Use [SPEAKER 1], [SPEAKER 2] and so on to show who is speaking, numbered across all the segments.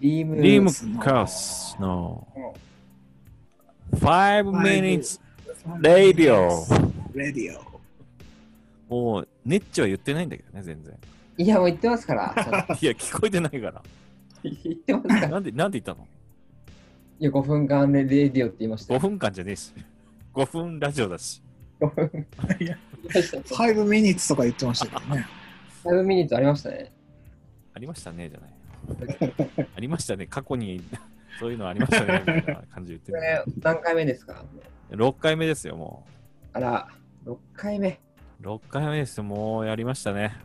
[SPEAKER 1] リーム
[SPEAKER 2] リムカスの5 minutes radio。
[SPEAKER 3] レディオ。
[SPEAKER 2] もう、ネッチは言ってないんだけどね、全 然。
[SPEAKER 1] いや、もう言ってます から。それ
[SPEAKER 2] いや、聞こえてないから。
[SPEAKER 1] 言ってますから。
[SPEAKER 2] なんで、なんで言ったの
[SPEAKER 1] いや、5分間でレディオって言いま した
[SPEAKER 2] ?5
[SPEAKER 1] よ。
[SPEAKER 2] 分間じゃねえし。5分ラジオだし。
[SPEAKER 1] 5分。5
[SPEAKER 3] 5ミニッツとか言ってましたけどね。
[SPEAKER 1] ミニットありましたね。
[SPEAKER 2] ありましたね、じゃない。ありましたね、過去にそういうのありましたね、みたいな感じで
[SPEAKER 1] こ
[SPEAKER 2] 言って
[SPEAKER 1] れ
[SPEAKER 2] る。
[SPEAKER 1] 何回目ですか
[SPEAKER 2] 6回目ですよ、も
[SPEAKER 1] あら、6回目。
[SPEAKER 2] う。6回目ですよ、もうやりましたね。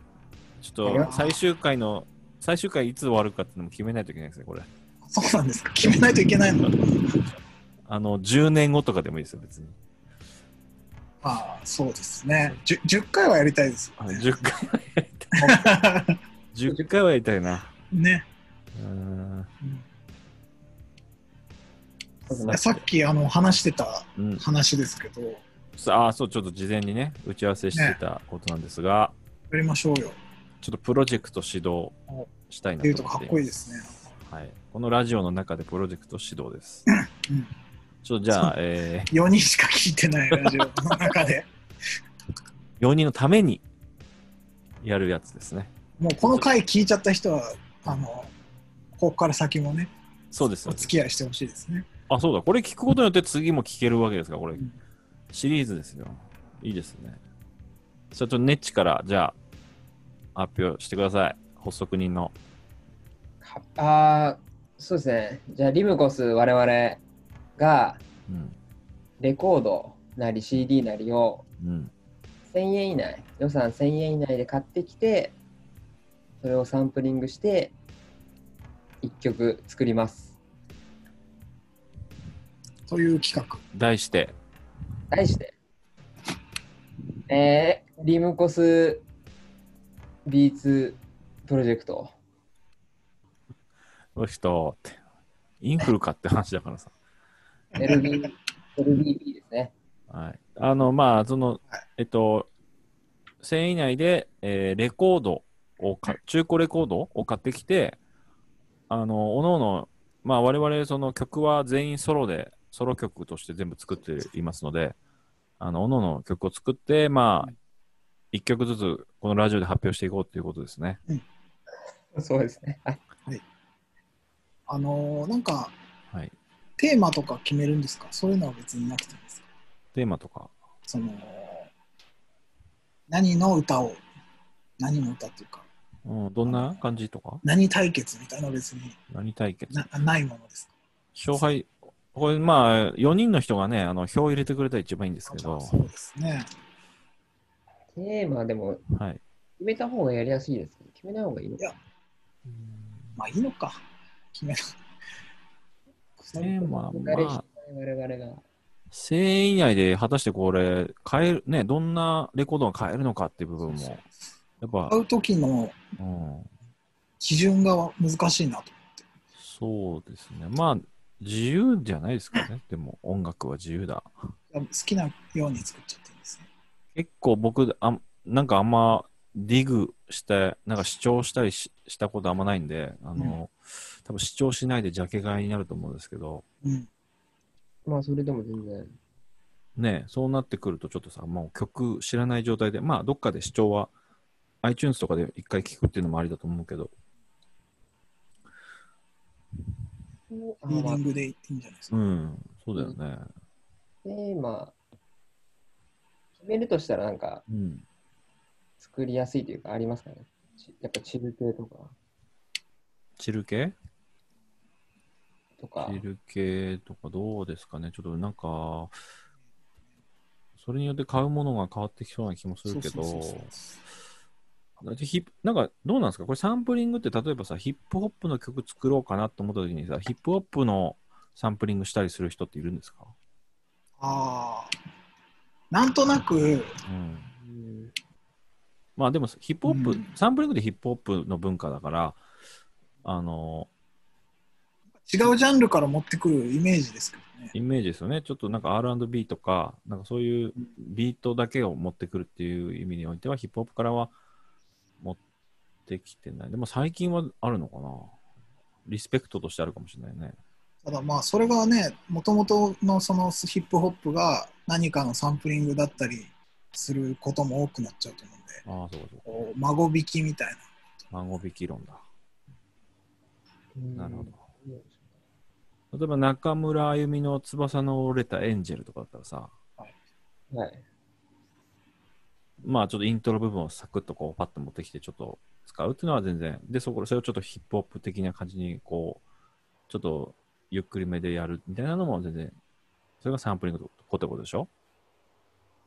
[SPEAKER 2] ち
[SPEAKER 1] や
[SPEAKER 2] ょっ
[SPEAKER 1] り
[SPEAKER 2] と、
[SPEAKER 1] ま
[SPEAKER 2] 最終回の、最終回いつ終わるかっていうのも決めないといけないですね、これ。
[SPEAKER 3] そうなんですか。決めないといけないの。
[SPEAKER 2] あの、10年後とかでもいいですよ、別に。
[SPEAKER 3] まあ、そうですね。じゅ 10, 回はやりたいですよね。
[SPEAKER 2] 10回はやりたい。10回はやりたいな。
[SPEAKER 3] ね。
[SPEAKER 2] うーん。
[SPEAKER 1] そうですね
[SPEAKER 3] さっきあの話してた
[SPEAKER 2] うん、
[SPEAKER 3] 話ですけど、や
[SPEAKER 2] さあ、そう、ちょっと事前にね、打ち合わせしてたことなんですが、
[SPEAKER 3] りましょうよ。
[SPEAKER 2] ちょっとプロジェクト指導したい
[SPEAKER 3] っ
[SPEAKER 2] な
[SPEAKER 3] て
[SPEAKER 2] と
[SPEAKER 3] いう
[SPEAKER 2] 思って
[SPEAKER 3] と
[SPEAKER 2] いま
[SPEAKER 3] かっこいいですね。
[SPEAKER 2] はい。このラジオの中でプロジェクト指導です。
[SPEAKER 3] うん
[SPEAKER 2] ちょっとじゃ
[SPEAKER 3] そ
[SPEAKER 2] あ、え
[SPEAKER 3] 4人しか聞いてないラジオ の中で。
[SPEAKER 2] ー、4人のためにやるやつですね。
[SPEAKER 3] もうこの回聞いちゃった人は、あの、ここから先もね、
[SPEAKER 2] そうです
[SPEAKER 3] お
[SPEAKER 2] よ。
[SPEAKER 3] 付き合いしてほしいですね。
[SPEAKER 2] あ、そうだ。これ聞くことによって次も聞けるわけですから、これ
[SPEAKER 3] うん。
[SPEAKER 2] シリーズですよ。いいですね。それとネッチから、じゃあ、発表してください。発足人の。
[SPEAKER 1] かあーそうですね。じゃあ、リムコス我々が
[SPEAKER 2] うん。
[SPEAKER 1] レコードなり CD なりを
[SPEAKER 2] うん。
[SPEAKER 1] 1000円以内、予算1000円以内で買ってきて、それをサンプリングして、1曲作ります。
[SPEAKER 3] という企画。
[SPEAKER 2] 題して、
[SPEAKER 1] 題して、えー、リムコスビーツプロジェクト。
[SPEAKER 2] この人って、インフルかって話だからさ。
[SPEAKER 1] LB LBB ですね。
[SPEAKER 2] はい。あの、まあ、その
[SPEAKER 3] はい、
[SPEAKER 2] えっと、1000円以内で、えーレコードをか、中古レコードを買ってきて、あの、おのの、まあ、我々、その曲は全員ソロで、ソロ曲として全部作っていますので、あの、おのの曲を作って、まあ、1曲ずつ、このラジオで発表していこうということですね。
[SPEAKER 1] そうですね。はい
[SPEAKER 3] あのーなんか、
[SPEAKER 2] はい。
[SPEAKER 3] テーマとか決めるんですかそういうのは別になくていいですか
[SPEAKER 2] テーマとか。
[SPEAKER 3] その、何の歌を、何の歌っていうか、
[SPEAKER 2] うん、どんな感じとか
[SPEAKER 3] 何対決みたいなのは別に
[SPEAKER 2] 何対決
[SPEAKER 3] なないものですか
[SPEAKER 2] 勝敗、これ、まあ、4人の人がね、あの、票を入れてくれたら一番いいんですけど、
[SPEAKER 3] そうですね。
[SPEAKER 1] テーマでも
[SPEAKER 2] はい。
[SPEAKER 1] 決めた方がやりやすいですけど、決めない方がいいのか
[SPEAKER 3] まあいいのか。決めな
[SPEAKER 2] テーマ、
[SPEAKER 1] お金し
[SPEAKER 2] まあ、
[SPEAKER 1] ない我々が。
[SPEAKER 2] 1000円以内で果たしてこれ、買える、ね、どんなレコードが買えるのかっていう部分も、やっぱ
[SPEAKER 3] 買、う時の
[SPEAKER 2] うん、
[SPEAKER 3] 基準が難しいなと。
[SPEAKER 2] そうですね。まあ、自由じゃないですかね。でも、音楽は自由だ。
[SPEAKER 3] 好きなように作っちゃっていいんですね。
[SPEAKER 2] 結構僕、あんなんかあんま、ディグして、なんか主張したりししたことあんまないんで、あの、
[SPEAKER 3] う
[SPEAKER 2] 多分主張しないでジャケ買いになると思うんですけど、
[SPEAKER 3] うん。
[SPEAKER 1] まあ、それでも全然。
[SPEAKER 2] ね、そうなってくるとちょっとさ、もう曲知らない状態で、まあ、どっかで視聴は iTunes とかで一回聞くっていうのもありだと思うけど、
[SPEAKER 1] あ
[SPEAKER 3] リーデ
[SPEAKER 1] まあ
[SPEAKER 3] ィングでいいんじゃないです
[SPEAKER 2] う
[SPEAKER 3] か。
[SPEAKER 2] ん、そうだよね。
[SPEAKER 1] テーマ、決めるとしたらなんか
[SPEAKER 2] うん。
[SPEAKER 1] 作りやすいというか、ありますかね。ちやっぱチル系とか、
[SPEAKER 2] チル系
[SPEAKER 1] とか
[SPEAKER 2] チ、ル系とかどうですかね。ちょっとなんか、それによって買うものが変わってきそうな気もするけど、
[SPEAKER 3] そうそうそう
[SPEAKER 2] だってヒップなんかどうなんですかこれサンプリングって例えばさ、ヒップホップの曲作ろうかなと思った時にさ、ヒップホップのサンプリングしたりする人っているんですか
[SPEAKER 3] ああ。なんとなく、
[SPEAKER 2] うん。まあでもヒップホップ、
[SPEAKER 3] うん
[SPEAKER 2] サンプリングでヒップホップの文化だから、あの、
[SPEAKER 3] 違うジャンルから持ってくるイメージですけどね。
[SPEAKER 2] イメージですよね。ちょっとなんか R&B とか、なんかそういうビートだけを持ってくるっていう意味においては、ヒップホップからは持ってきてない。でも最近はあるのかなリスペクトとしてあるかもしれないね。
[SPEAKER 3] ただまあそれがねもともとのそのヒップホップが何かのサンプリングだったりすることも多くなっちゃうと思うんで
[SPEAKER 2] ああ、そうかそうか。
[SPEAKER 3] こう孫引きみたいな
[SPEAKER 2] 孫引き論だ。なるほど
[SPEAKER 1] うん。
[SPEAKER 2] 例えば中村あゆみの翼の折れたエンジェルとかだったらさ、
[SPEAKER 1] はい。
[SPEAKER 2] まあちょっとイントロ部分をサクッとこうパッと持ってきてちょっと使うっていうのは全然、で、そこ、それをちょっとヒップホップ的な感じにこう、ちょっとゆっくりめでやるみたいなのも全然、それがサンプリングとことことでしょ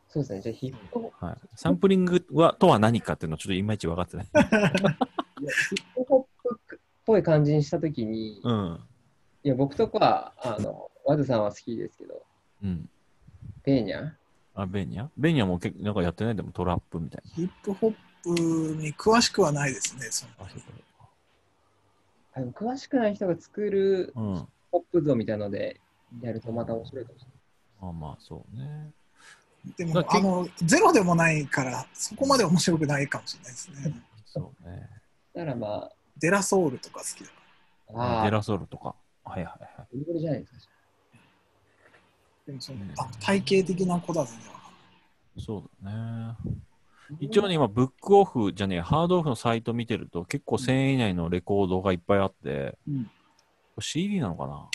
[SPEAKER 1] そうですね。じゃあヒップホ
[SPEAKER 2] はい。サンプリングはとは何かっていうのはちょっといまいち分かってない。
[SPEAKER 1] ップ、ヒップホップっぽい感じにしたときに、
[SPEAKER 2] うん。
[SPEAKER 1] いや、僕とかは、あの、ワズさんは好きですけど、
[SPEAKER 2] うん。
[SPEAKER 1] ペーニャ
[SPEAKER 2] あ、ベニャベニャも結構なんかやってないでもトラップみたい
[SPEAKER 3] ヒップホップに詳しくはないですねその
[SPEAKER 2] な。あ、そうか。
[SPEAKER 1] あの詳しくない人が作る
[SPEAKER 2] うん。
[SPEAKER 1] ポップ像みたいのでやるとまた面白いかもしれ
[SPEAKER 2] まあまあ、そうね。
[SPEAKER 3] で
[SPEAKER 2] だ
[SPEAKER 3] も
[SPEAKER 2] から
[SPEAKER 3] あのゼロでもないからそこまで面白くないかもしれないですね
[SPEAKER 2] そうね。
[SPEAKER 1] ない。だからま
[SPEAKER 3] デラソウルとか好きだから
[SPEAKER 1] あ、ああ
[SPEAKER 2] デ
[SPEAKER 1] ー、
[SPEAKER 2] ラソールとか。はいはいはい。
[SPEAKER 1] 無理無理じゃないですか。
[SPEAKER 3] でもその
[SPEAKER 2] うん
[SPEAKER 3] あ体系的な子だぜでは
[SPEAKER 2] そうだね。一応ね、今、ブックオフじゃねえ、ハードオフのサイト見てると、結構1000円以内のレコードがいっぱいあって、
[SPEAKER 3] うん
[SPEAKER 2] これ CD なのかな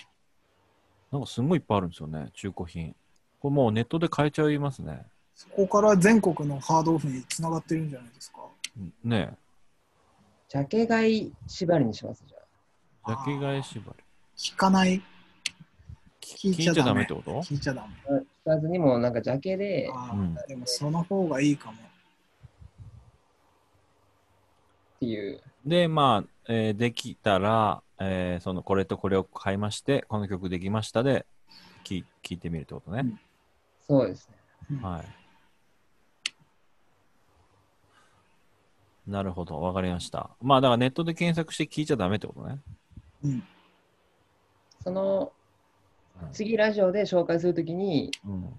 [SPEAKER 2] なんかすごいいっぱいあるんですよね、中古品。これもうネットで買えちゃいますね。
[SPEAKER 3] そこから全国のハードオフにつながってるんじゃないですか
[SPEAKER 2] うんねえ、
[SPEAKER 1] ジャケ買い縛りにします、じゃあ。
[SPEAKER 2] ジャケ買い縛り。
[SPEAKER 3] 聞かない
[SPEAKER 2] 聞
[SPEAKER 3] 聞
[SPEAKER 2] いちゃダメってこと
[SPEAKER 3] 聞いちゃダメ
[SPEAKER 1] 聞かずにも、なんかジャケで、
[SPEAKER 3] あ
[SPEAKER 2] う
[SPEAKER 3] ー
[SPEAKER 2] ん
[SPEAKER 3] でもその方がいいかも
[SPEAKER 1] っていう。
[SPEAKER 2] で、まあ、えーできたら、えーそのこれとこれを買いまして、この曲できましたで、聞聞いてみるってことね。
[SPEAKER 1] そうですね。
[SPEAKER 2] はい。なるほど、わかりました。まあ、だからネットで検索して聞いちゃダメってことね。
[SPEAKER 3] うん
[SPEAKER 1] その、次ラジオで紹介するときに、
[SPEAKER 2] うん。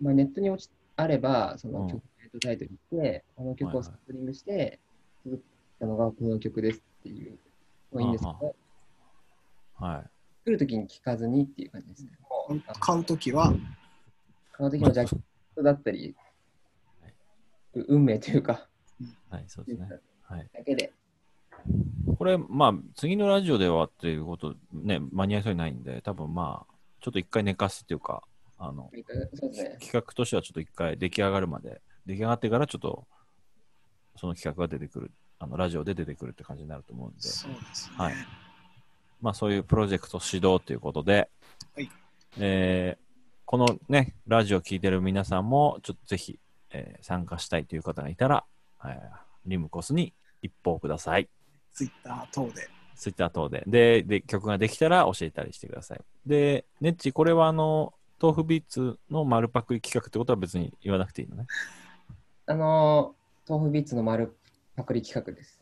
[SPEAKER 1] まあ、ネットに落ちあれば、その
[SPEAKER 2] うん
[SPEAKER 1] 曲名とタイトル言って、この曲をサンプリングして、作ったのがこの曲ですっていうのがいいんですけ
[SPEAKER 2] あ
[SPEAKER 1] ど、
[SPEAKER 2] は
[SPEAKER 1] 作るときに聞かずにっていう感じですね。もう
[SPEAKER 3] 買うときは
[SPEAKER 1] 買うときのジャケットだったり、う運命というか、
[SPEAKER 2] い。はい、そうですね。はい。
[SPEAKER 1] だけで。
[SPEAKER 2] これ、まあ、次のラジオではっていうこと、ね、間に合いそうにないんで、多分まあ、ちょっと一回寝かすっていうか、あの、
[SPEAKER 1] そうですね。
[SPEAKER 2] 企画としてはちょっと一回出来上がるまで、出来上がってからちょっと、その企画が出てくる、あの、ラジオで出てくるって感じになると思うんで、
[SPEAKER 3] そうですね、
[SPEAKER 2] はいまあそういうプロジェクト指導ということで、
[SPEAKER 3] はい
[SPEAKER 2] えーこのね、ラジオ聞いてる皆さんも、ちょっとぜひ、えー参加したいという方がいたら、えーリムコスに一報ください。
[SPEAKER 3] ツイッター等で
[SPEAKER 2] ツイッター等で。で、で曲ができたら教えたりしてください。で、ネッチ、これはあの、豆腐ビーツの丸パクリ企画ってことは別に言わなくていいのね。
[SPEAKER 1] あのー、豆腐ビーツの丸パクリ企画です。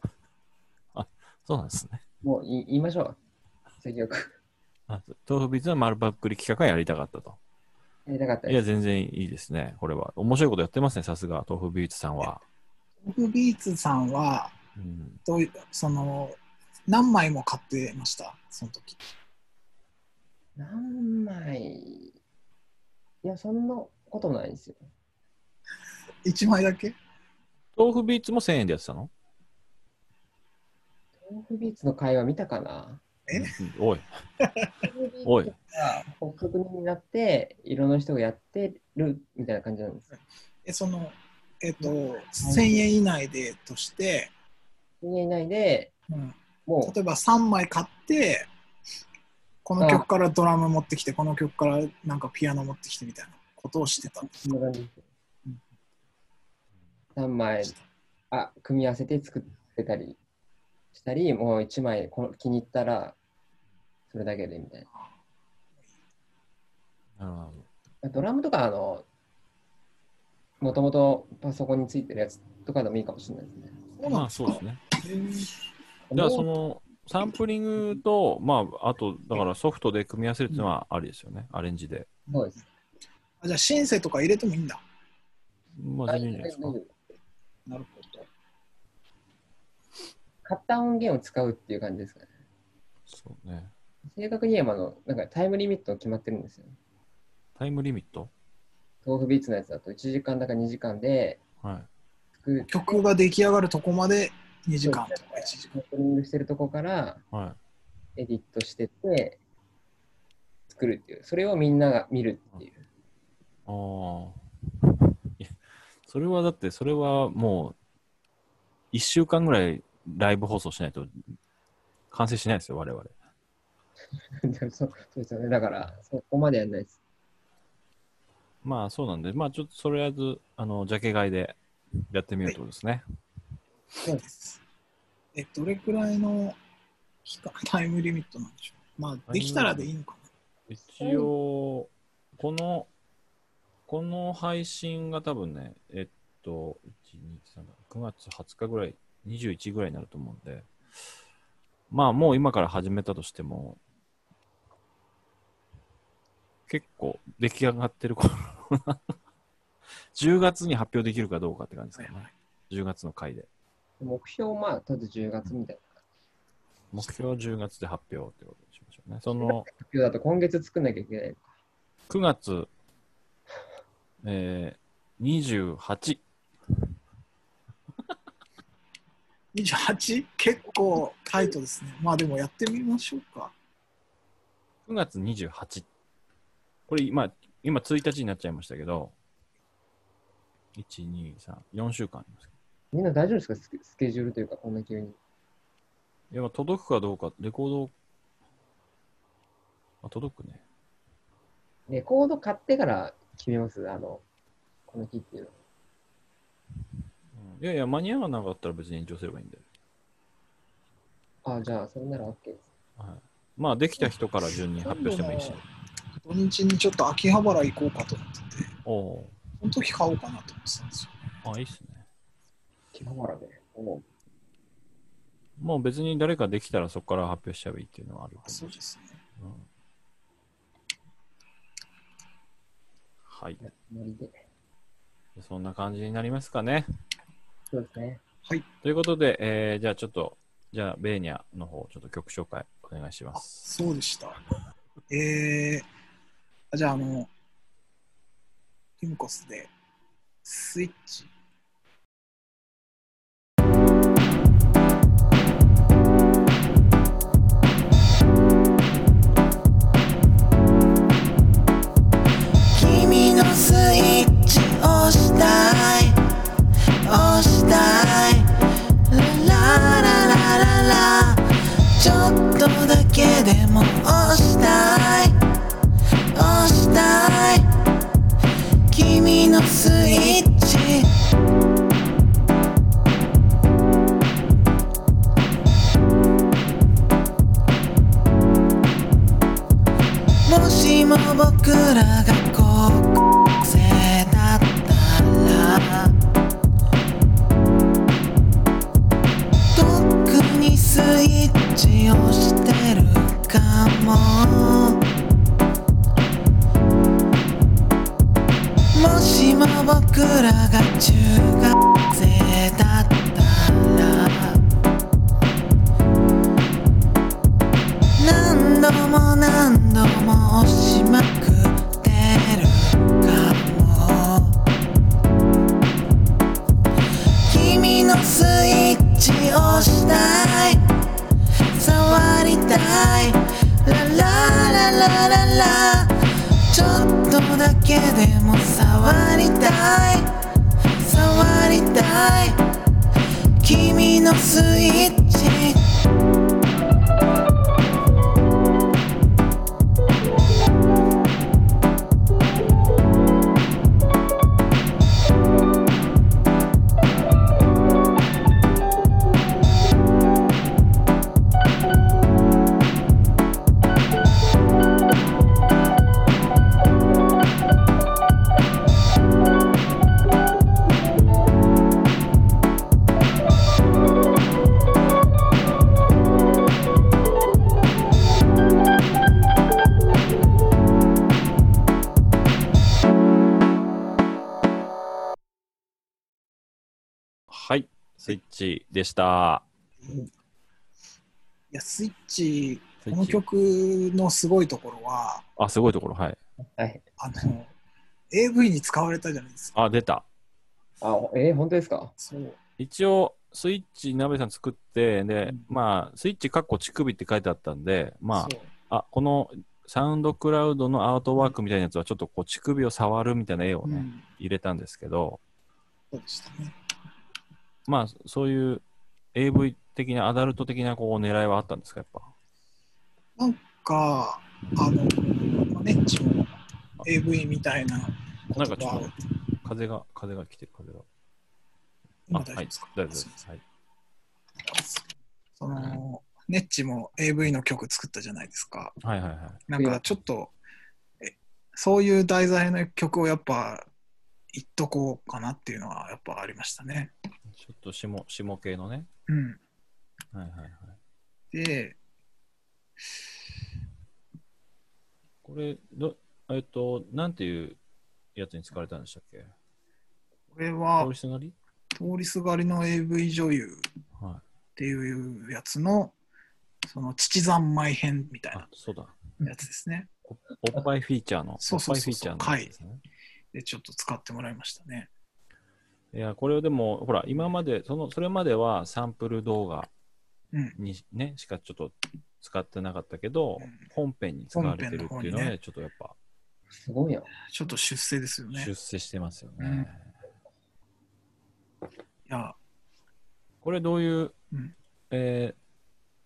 [SPEAKER 2] そうなんですね。
[SPEAKER 1] もうい言いましょう。先よく。
[SPEAKER 2] あ豆腐ビーツの丸パクリ企画はやりたかったと。
[SPEAKER 1] やりたかった
[SPEAKER 2] い
[SPEAKER 1] で
[SPEAKER 2] や、
[SPEAKER 1] す。
[SPEAKER 2] 全然いいですね。これは。面白いことやってますね、さすが、豆腐ビーツさんは。
[SPEAKER 3] 僕ビーツさんは
[SPEAKER 2] うん
[SPEAKER 3] どういうその何枚も買ってましたその時
[SPEAKER 1] 何枚いや、そんなこともないんですよ。
[SPEAKER 3] 一枚だけ
[SPEAKER 2] 豆腐ビーツも1000円でやってたの
[SPEAKER 1] 豆腐ビーツの会話見たかな
[SPEAKER 3] え
[SPEAKER 2] うんおい、
[SPEAKER 1] 豆腐ビ
[SPEAKER 2] お
[SPEAKER 1] ー
[SPEAKER 2] い
[SPEAKER 1] ツ。が北極になって、いろんな人がやってるみたいな感じなんです。
[SPEAKER 3] えそのえっ、と、1000円以内でとして、
[SPEAKER 1] 1年以内で
[SPEAKER 3] うん
[SPEAKER 1] も
[SPEAKER 3] 例えば3枚買ってこの曲からドラム持ってきてこの曲からなんかピアノ持ってきてみたいなことをしてたんで
[SPEAKER 1] う、
[SPEAKER 3] す
[SPEAKER 1] そんな感じですよ。3枚あ組み合わせて作ってたりしたり、もう1枚この気に入ったら、それだけでみたいな。
[SPEAKER 2] なるほ
[SPEAKER 1] ドラムとか、あの、もともとパソコンについてるやつとかでもいいかもしれないですね。
[SPEAKER 2] ど。まあそうですね。
[SPEAKER 3] す
[SPEAKER 2] じゃあそのサンプリングと、まああと、だからソフトで組み合わせるっていうのはありですよね、アレンジで。
[SPEAKER 1] そうです。
[SPEAKER 3] あじゃあシンセとか入れてもいいんだ
[SPEAKER 2] まあ全然いいんじゃないですか
[SPEAKER 1] 大丈。夫
[SPEAKER 3] なるほど
[SPEAKER 1] 買った音源を使うっていう感じですかね。
[SPEAKER 2] そうね。
[SPEAKER 1] 正確に言えばあの、なんかタイムリミット決まってるんですよ。
[SPEAKER 2] タイムリミット
[SPEAKER 1] 豆腐ビーツのやつだと1時間だか2時間で
[SPEAKER 2] はい。
[SPEAKER 1] 作る、
[SPEAKER 3] 曲が出来上がるとこまで2時間とか1時間。
[SPEAKER 1] サンプリングしてるとこから
[SPEAKER 2] は
[SPEAKER 1] エディットしてって、作るっていう。それをみんなが見るっていう。
[SPEAKER 2] い。ああ。いやそれはだって、それはもう、1週間ぐらいライブ放送しないと、完成しないですよ、我々。
[SPEAKER 1] でもそう そうですよね。だから、そこまでやんないです。
[SPEAKER 2] まあそうなんで、まあちょっととりあえず、あの、ジャケ買いでやってみるってことですね。
[SPEAKER 3] です。え、どれくらいの期間 タイムリミットなんでしょうまあ、できたらでいいのか
[SPEAKER 2] 一応、この、この配信が多分ね、えっと、1、2、3、9月20日ぐらい、21ぐらいになると思うんで、まあもう今から始めたとしても、結構出来上がってる頃 10月に発表できるかどうかって感じですかね。10月の回で。
[SPEAKER 1] 目標、まあ、ただ10月みたいな。
[SPEAKER 2] 目標10月で発表ってことにしましょうね。その
[SPEAKER 1] 発表だと今月作んなきゃいけない。
[SPEAKER 2] 9月、えー、28、
[SPEAKER 3] な。28? 結構タイトですね。まあでもやってみましょうか。
[SPEAKER 2] 9月28。これ今、今1日になっちゃいましたけど、1、2、3、4週間ありますけ
[SPEAKER 1] みんな大丈夫ですかスケスケジュールというか、こんな急に。
[SPEAKER 2] ど。いや、まあ届くかどうか、レコード、あ、届くね。
[SPEAKER 1] レコード買ってから決めます。あの、この日っていうの。
[SPEAKER 2] うんいやいや、間に合わなかったら別に延長すればいいんで。
[SPEAKER 1] あ、じゃあ、それなら OK です。
[SPEAKER 2] はい、まあ、できた人から順に発表してもいいし。
[SPEAKER 3] 土日にちょっと秋葉原行こうかと思ってて、
[SPEAKER 2] おお
[SPEAKER 3] その時買おうかなと思ってたんですよ。
[SPEAKER 2] ー。あ、いいっすね。
[SPEAKER 1] 秋葉原で。も
[SPEAKER 2] もう別に誰かできたらそこから発表しちゃえばいいっていうのはあると
[SPEAKER 3] あそうですね。
[SPEAKER 2] 思ううんはい。
[SPEAKER 1] う、森で。
[SPEAKER 2] そんな感じになりますかね。
[SPEAKER 1] そうですね。
[SPEAKER 2] ということで、えー、じゃあちょっと、じゃあ、ベーニャの方、ちょっと曲紹介お願いしま
[SPEAKER 3] あ、
[SPEAKER 2] す。
[SPEAKER 3] そうでした。えー、じゃあ、あの、リムコスで、スイッチ。
[SPEAKER 4] 君のスイッチ押したい押したいララララララちょっとだけでも押したい押したい君のスイッチもしも僕らが高校生だったらとっくにスイッチをしてるかももしも僕らが中学生だったら何度も何度も押しまくってるかも君のスイッチ押したい触りたいララララララちょっとだけでも触りたい触りたい君のスイッチ
[SPEAKER 2] はい。スイッチでした。
[SPEAKER 3] いや、スイッチ、
[SPEAKER 2] ス最
[SPEAKER 3] この
[SPEAKER 2] 近。
[SPEAKER 3] 曲のすごいところは、
[SPEAKER 2] あ、すごいところ、はい。
[SPEAKER 1] はい。
[SPEAKER 3] あの、AV に使われたじゃないですか。
[SPEAKER 2] あ、出た。
[SPEAKER 1] あ、えー、本当ですか
[SPEAKER 3] そう。
[SPEAKER 2] 一応、スイッチ、鍋さん作って、で、
[SPEAKER 3] うん
[SPEAKER 2] まあ、スイッチかっこ乳首って書いてあったんで、ま
[SPEAKER 3] そう
[SPEAKER 2] あ、あ、このサウンドクラウドのアートワークみたいなやつは、ちょっとこう、乳首を触るみたいな絵を
[SPEAKER 3] う
[SPEAKER 2] ね、
[SPEAKER 3] ん、
[SPEAKER 2] 入れたんですけど、
[SPEAKER 3] そうでしたね。
[SPEAKER 2] まあ、そういう AV 的な、アダルト的な、こう、狙いはあったんですか、やっぱ。
[SPEAKER 3] なんか、あの、マネッチも AV みたいな
[SPEAKER 2] な
[SPEAKER 3] 言
[SPEAKER 2] んかちょ
[SPEAKER 3] 葉
[SPEAKER 2] っ
[SPEAKER 3] を
[SPEAKER 2] と、風が、風が来てる、風が。
[SPEAKER 3] 今
[SPEAKER 2] あ
[SPEAKER 3] 大丈夫ですか、
[SPEAKER 2] はい、大丈夫です。はい。
[SPEAKER 3] その、ネッチも AV の曲作ったじゃないですか。
[SPEAKER 2] はいはいはい。
[SPEAKER 3] なんかちょっと、えそういう題材の曲をやっぱ、言っとこうかなっていうのはやっぱありましたね。
[SPEAKER 2] ちょっと下、下系のね。
[SPEAKER 3] うん。
[SPEAKER 2] はいはいはい。
[SPEAKER 3] で、
[SPEAKER 2] これ、どえっと、なんていうやつに使われたんでしたっけ
[SPEAKER 3] これ
[SPEAKER 2] 通
[SPEAKER 3] は
[SPEAKER 2] りすがり
[SPEAKER 3] 通りすがりの AV 女優
[SPEAKER 2] は
[SPEAKER 3] っていうやつの、その父三昧編みた
[SPEAKER 2] い。
[SPEAKER 3] い
[SPEAKER 2] あ、そうだ。
[SPEAKER 3] なやつですね。
[SPEAKER 2] おっぱいフィーチャーの。
[SPEAKER 3] そうそうそうそう
[SPEAKER 2] おっぱいフィーチャーのやつですね。
[SPEAKER 3] で、ちょっと使ってもらいましたね。
[SPEAKER 2] いや、これをでも、ほら、今まで、その、それまではサンプル動画
[SPEAKER 3] うん。
[SPEAKER 2] にね、しかちょっと使ってなかったけど
[SPEAKER 3] うん、
[SPEAKER 2] 本編に使われてるっていうの
[SPEAKER 3] 本編の方に
[SPEAKER 2] で、
[SPEAKER 3] ね
[SPEAKER 2] ちょっとやっぱ
[SPEAKER 1] すごいな。
[SPEAKER 3] ちょっと出世ですよね。
[SPEAKER 2] 出
[SPEAKER 3] い
[SPEAKER 2] 世してますよね。
[SPEAKER 3] うんや、
[SPEAKER 2] これどういう、
[SPEAKER 3] うん
[SPEAKER 2] えー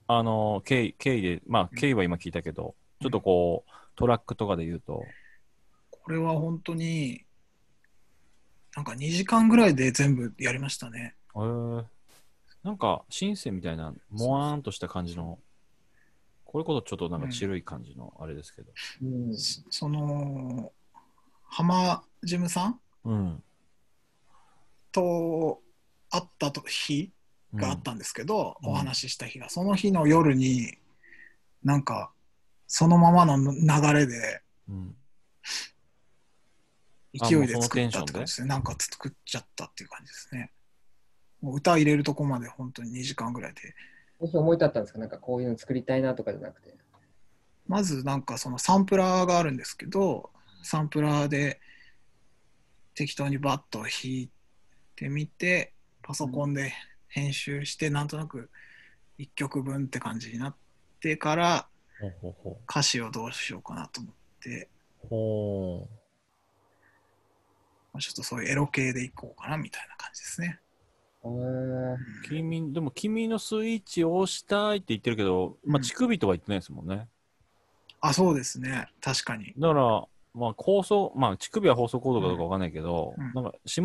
[SPEAKER 2] あの経緯経緯でまあ経緯は今聞いたけど、
[SPEAKER 3] うん
[SPEAKER 2] ちょっとこうトラックとかで言うと、
[SPEAKER 3] これは本当に、なんか2時間ぐらいで全部やりましたね。
[SPEAKER 2] えーなんかシンセみたいなもわーんとした感じのこれこそちょっとなんかチルい感じのあれですけど、
[SPEAKER 1] うん。
[SPEAKER 3] そその、浜ジムさん
[SPEAKER 2] うん
[SPEAKER 3] と会ったと日
[SPEAKER 2] うん
[SPEAKER 3] があったんですけど、
[SPEAKER 2] うん
[SPEAKER 3] お話しした日が、その日の夜に、なんか、そのままの流れで、
[SPEAKER 2] うん
[SPEAKER 3] 勢いで
[SPEAKER 2] あもうその
[SPEAKER 3] 作
[SPEAKER 2] テ
[SPEAKER 3] っ
[SPEAKER 2] ンシ
[SPEAKER 3] た
[SPEAKER 2] ョン
[SPEAKER 3] っ
[SPEAKER 2] で
[SPEAKER 3] て感じですね。なんか作っちゃったっていう感じですね。もう歌入れるとこまで本当に2時間ぐらいで。
[SPEAKER 1] もし思い立ったんですかなんかこういうの作りたいなとかじゃなくて。
[SPEAKER 3] まずなんかそのサンプラーがあるんですけど、サンプラーで適当にバッと弾いてみて、パソコンで編集して、なんとなく1曲分って感じになってから
[SPEAKER 2] ほうほうほ
[SPEAKER 3] 歌詞をどうしようかなと思って、
[SPEAKER 2] うほう
[SPEAKER 3] まあちょっとそういうエロ系でいこうかなみたいな感じですね。
[SPEAKER 1] へー
[SPEAKER 2] 君でも君のスイッチを押したいって言ってるけど、ま
[SPEAKER 3] う
[SPEAKER 2] あ、
[SPEAKER 3] ん
[SPEAKER 2] 乳首とは言ってないですもんね、
[SPEAKER 3] あ、そうですね。確かに。
[SPEAKER 2] だから、まあ、構想、まあ、乳首は放送コードかどうかわかんないけど、
[SPEAKER 3] うんうん
[SPEAKER 2] なんか、下、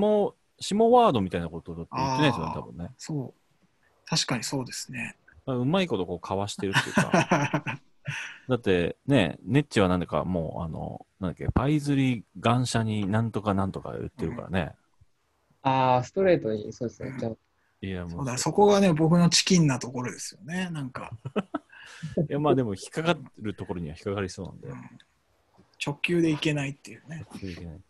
[SPEAKER 2] 下ワードみたいなことだって言ってないですよね、
[SPEAKER 3] あー
[SPEAKER 2] 多分ね。だか
[SPEAKER 3] そう。確かにそうですね。
[SPEAKER 2] らうまいことこう、かわしてるっていうか、 だって、ね、ネッチはなんだかもう、あの、なんだっけ、パイズリガンシャになんとかなんとか言ってるからね。
[SPEAKER 1] ああ、ストレートに、そうですね。じゃあ
[SPEAKER 2] いや、も
[SPEAKER 3] そう
[SPEAKER 2] う、
[SPEAKER 3] だそこがね、僕のチキンなところですよね。なんか、
[SPEAKER 2] いや、まあでも、引っかかってるところには引っかかりそうなんで
[SPEAKER 3] うん、直球でいけないっていうね。
[SPEAKER 2] それいけない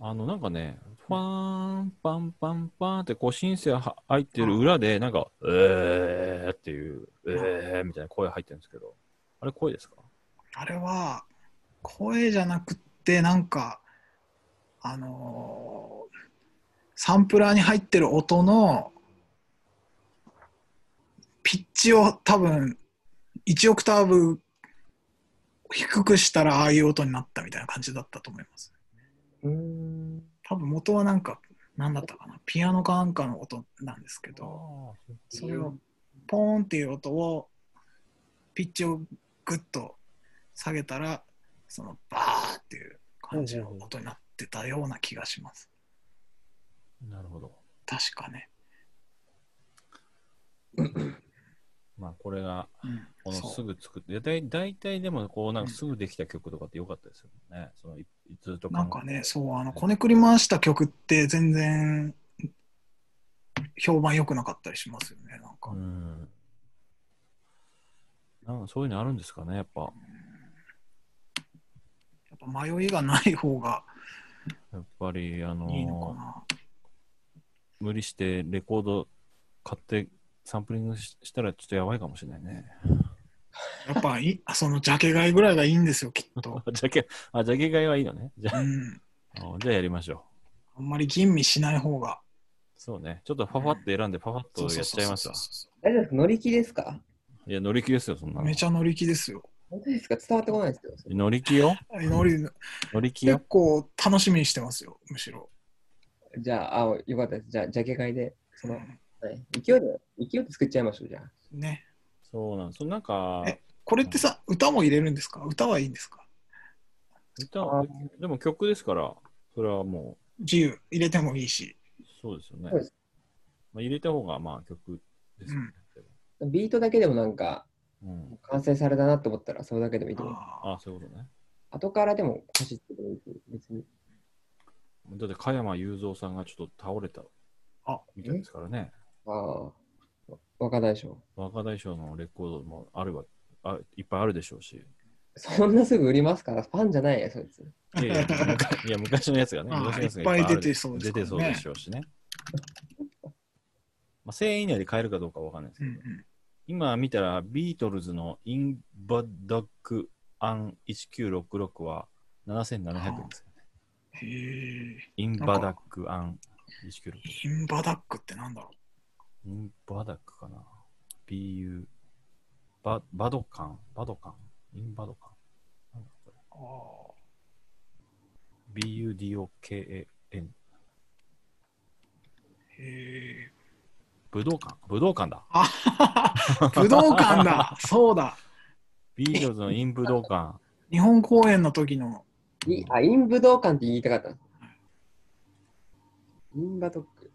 [SPEAKER 2] あの、なんかね、ファーン、パンパンパンって、こう、シンセは入ってる裏で、なんか、えーっていう、えーみたいな声入ってるんですけど、あれ声ですか
[SPEAKER 3] あれは、声じゃなくって、なんか、あのーサンプラーに入ってる音の、ピッチを多分、1オクターブ低くしたら、ああいう音になったみたいな感じだったと思います。
[SPEAKER 1] うーん。
[SPEAKER 3] 多分元はなんか、なんだったかな、ピアノかなんかの音なんですけど、それをポーンっていう音を、ピッチをグッと下げたら、そのバーっていう感じの音になってたような気がします。
[SPEAKER 2] なるほど。
[SPEAKER 3] 確かね。
[SPEAKER 2] まあ、これが、
[SPEAKER 3] うん、
[SPEAKER 2] このす
[SPEAKER 3] そう
[SPEAKER 2] ぐ作って、だい大体でも、こう、なんかすぐできた曲とかって良かったですよね。その、いずっと考え
[SPEAKER 3] なんかね、そう、あの、こねくり回した曲って全然評判良くなかったりしますよね、なんか。
[SPEAKER 2] うん。なんかそういうのあるんですかね、やっぱ。
[SPEAKER 3] やっぱ迷いがない方が
[SPEAKER 2] やっぱり、あのー
[SPEAKER 3] いいのかな。
[SPEAKER 2] 無理してレコード買ってサンプリングししたらちょっとやばいかもしれないね。
[SPEAKER 3] やっぱいい、そのジャケ買いぐらいがいいんですよ、きっと。
[SPEAKER 2] あ ジャケ、あ、ジャケ買いはいいのね。じゃ
[SPEAKER 3] う
[SPEAKER 2] あ、
[SPEAKER 3] ん。
[SPEAKER 2] あじゃあやりましょう。
[SPEAKER 3] あんまり吟味しない方が。
[SPEAKER 2] そうね。ちょっとパファって選んで、パファっとやっちゃいますわ。
[SPEAKER 3] す
[SPEAKER 1] 大丈夫です乗り気ですか
[SPEAKER 2] いや、乗り気ですよ、そんなの。
[SPEAKER 3] めちゃ乗り気ですよ。
[SPEAKER 1] 本当ですか伝わってこないですけど。
[SPEAKER 2] 乗り気よ。
[SPEAKER 3] 乗り
[SPEAKER 2] 乗り気
[SPEAKER 3] 結
[SPEAKER 2] よ。
[SPEAKER 3] 構楽しみにしてますよ、むしろ。
[SPEAKER 1] じゃあ、あ、よかったです。じゃあ、ジャケ買いで、その、は
[SPEAKER 3] う
[SPEAKER 1] い、勢いで、勢いで作っちゃいましょう、じゃあ。
[SPEAKER 3] んね。
[SPEAKER 2] そうなんそのなんか、
[SPEAKER 3] えこれってさ、歌も入れるんですか歌はいいんですか
[SPEAKER 2] 歌
[SPEAKER 1] あ
[SPEAKER 2] でも曲ですから、それはも
[SPEAKER 3] 自由、入れてもいいし。
[SPEAKER 2] う、そうですよね
[SPEAKER 1] そうです。
[SPEAKER 2] まあ、入れた方が、まあ、曲ですよね。
[SPEAKER 1] ビートだけでもなんか、
[SPEAKER 2] うん。
[SPEAKER 1] 完成されたなと思ったら、それだけでもいいと思う。
[SPEAKER 3] あ
[SPEAKER 2] あ、そういうことね。
[SPEAKER 1] 後からでも歌詞つけてもいいし、別に。
[SPEAKER 2] だって、加山雄三さんがちょっと倒れた
[SPEAKER 3] あ
[SPEAKER 2] みたいですからね。
[SPEAKER 1] ああ、若大将。
[SPEAKER 2] 若大将のレコードもあるわあ、いっぱいあるでしょうし。
[SPEAKER 1] そんなすぐ売りますから、ファンじゃないよ、そいつ。
[SPEAKER 2] いやいや昔いや昔のやつがね、
[SPEAKER 3] あー
[SPEAKER 2] 昔のやつが
[SPEAKER 3] いっぱい
[SPEAKER 2] ある
[SPEAKER 3] 出てそうで
[SPEAKER 2] 出
[SPEAKER 3] すから
[SPEAKER 2] て
[SPEAKER 3] ね
[SPEAKER 2] そうでしょうしね。まあ、1000円以内で買えるかどうかわかんないですけ
[SPEAKER 3] うん
[SPEAKER 2] ど、
[SPEAKER 3] うん
[SPEAKER 2] 今見たらビートルズのインバダックアン1966は7700円ですよね。
[SPEAKER 3] へえ。
[SPEAKER 2] インバダックアン1966。
[SPEAKER 3] インバダックってなんだろ
[SPEAKER 2] インバダックかな ?BU。ババドカンバドカンインバドカンなんだこれ
[SPEAKER 3] うあ
[SPEAKER 2] ?BUDOKAN。
[SPEAKER 3] ーへえ。
[SPEAKER 2] 武道館武道館だ。
[SPEAKER 3] あははは武道館だそうだ
[SPEAKER 2] ビートルズのイン武道館。
[SPEAKER 3] 日本公演の時の
[SPEAKER 1] いあ、イン武道館って言いたかった。インバトック。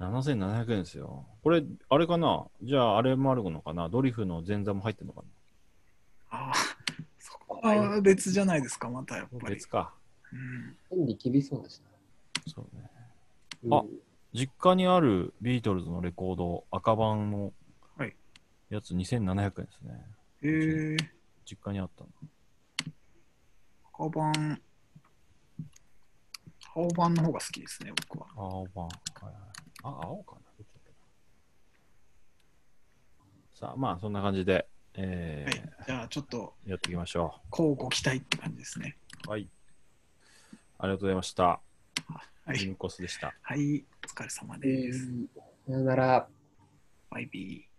[SPEAKER 2] 7700円ですよ。これ、あれかなじゃあ、あれもあるのかなドリフの前座も入ってるのか
[SPEAKER 3] あーそこは別じゃないですかまたやっ
[SPEAKER 2] な
[SPEAKER 3] ぱり
[SPEAKER 2] 別、か。
[SPEAKER 3] うん、
[SPEAKER 1] 権利厳しそうだし
[SPEAKER 2] そうね。
[SPEAKER 1] な。
[SPEAKER 2] あ
[SPEAKER 1] うん
[SPEAKER 2] 実家にあるビートルズのレコード、赤版の
[SPEAKER 3] はい
[SPEAKER 2] やつ2700円ですね。
[SPEAKER 3] へえ
[SPEAKER 2] 実家にあったの。
[SPEAKER 3] カバン青版の方が好きですね僕は
[SPEAKER 2] 青版。はいはい、あ、青かなどっちだっけなさあ、まあ、そんな感じで、え
[SPEAKER 3] はい
[SPEAKER 2] ー
[SPEAKER 3] じゃあちょっと
[SPEAKER 2] やっていきましょ
[SPEAKER 3] こうご期待って感じですね
[SPEAKER 2] う。はい。ありがとうございました。
[SPEAKER 3] は
[SPEAKER 2] ジ
[SPEAKER 3] い、
[SPEAKER 2] ムコスでした。
[SPEAKER 3] はい、お疲れ様
[SPEAKER 1] え
[SPEAKER 3] です
[SPEAKER 1] ーさよなら。
[SPEAKER 3] バイビー